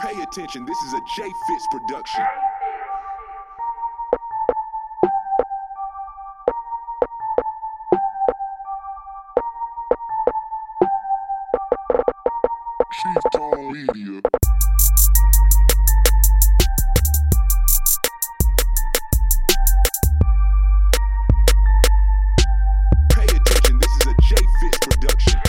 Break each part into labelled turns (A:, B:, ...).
A: Pay attention, this is a J Fitz production.
B: Chief Tone Media.
A: Pay attention, this is a J Fitz production.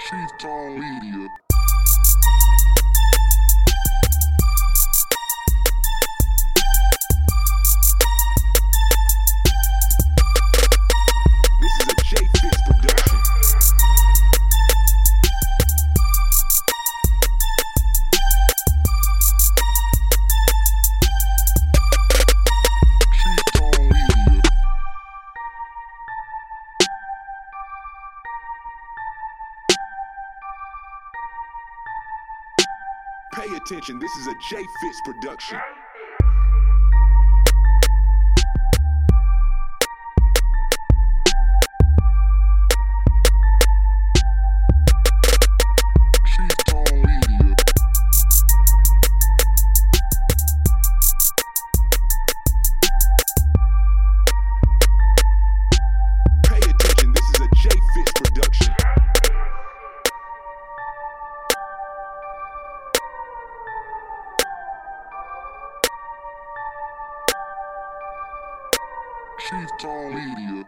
B: Chief Tone Media.
A: This is a J Fitz production.
B: Chief Tone Media.
A: Pay attention, this is a J Fitz production.
B: Chief Tone Media.
A: Pay attention, this is a J Fitz production.
B: Chief Tone Media.